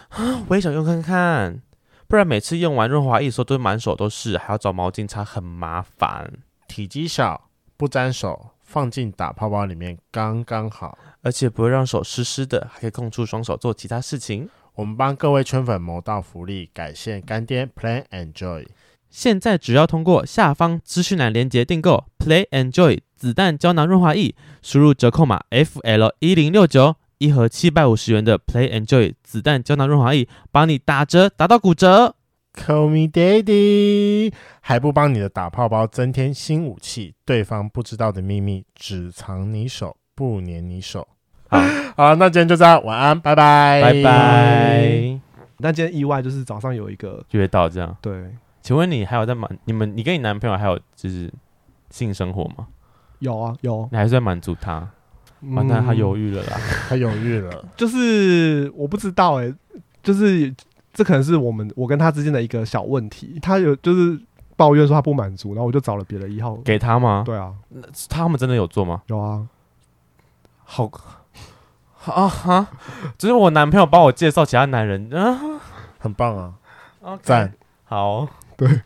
我也想用看看，不然每次用完润滑液的时候都满手都是，还要找毛巾擦，很麻烦。
体积小，不沾手，放进打泡泡里面刚刚好。
而且不会让手湿湿的，还可以空出双手做其他事情。
我们帮各位圈粉谋到福利，感谢干爹 Plan and Joy。
现在只要通过下方资讯栏连接订购 Play Enjoy 子弹胶囊润滑液，输入折扣码 FL 一零六九，一盒七百五十元的 Play Enjoy 子弹胶囊润滑液，帮你打折打到骨折。
Call me daddy，还不帮你的打泡包增添新武器？对方不知道的秘密，只藏你手，不粘你手。
好，
[laughs] 好，那今天就这样，晚安，拜拜，
拜拜，
但今天意外就是早上有一个
约到这样。
对
请问你还有在满你们你跟你男朋友还有就是性生活吗？
有啊有，
你还是在满足他？
嗯
完蛋，他犹
豫，
豫了啦。
他犹豫了，
就是我不知道哎、就是这可能是我们我跟他之间的一个小问题，他有就是抱怨说他不满足，然后我就找了别的一号，
给他吗？
对啊
他们真的有做吗？
有啊，
好啊哈，就是我男朋友帮我介绍其他男人啊，
很棒啊，
OK
赞。
好，
对，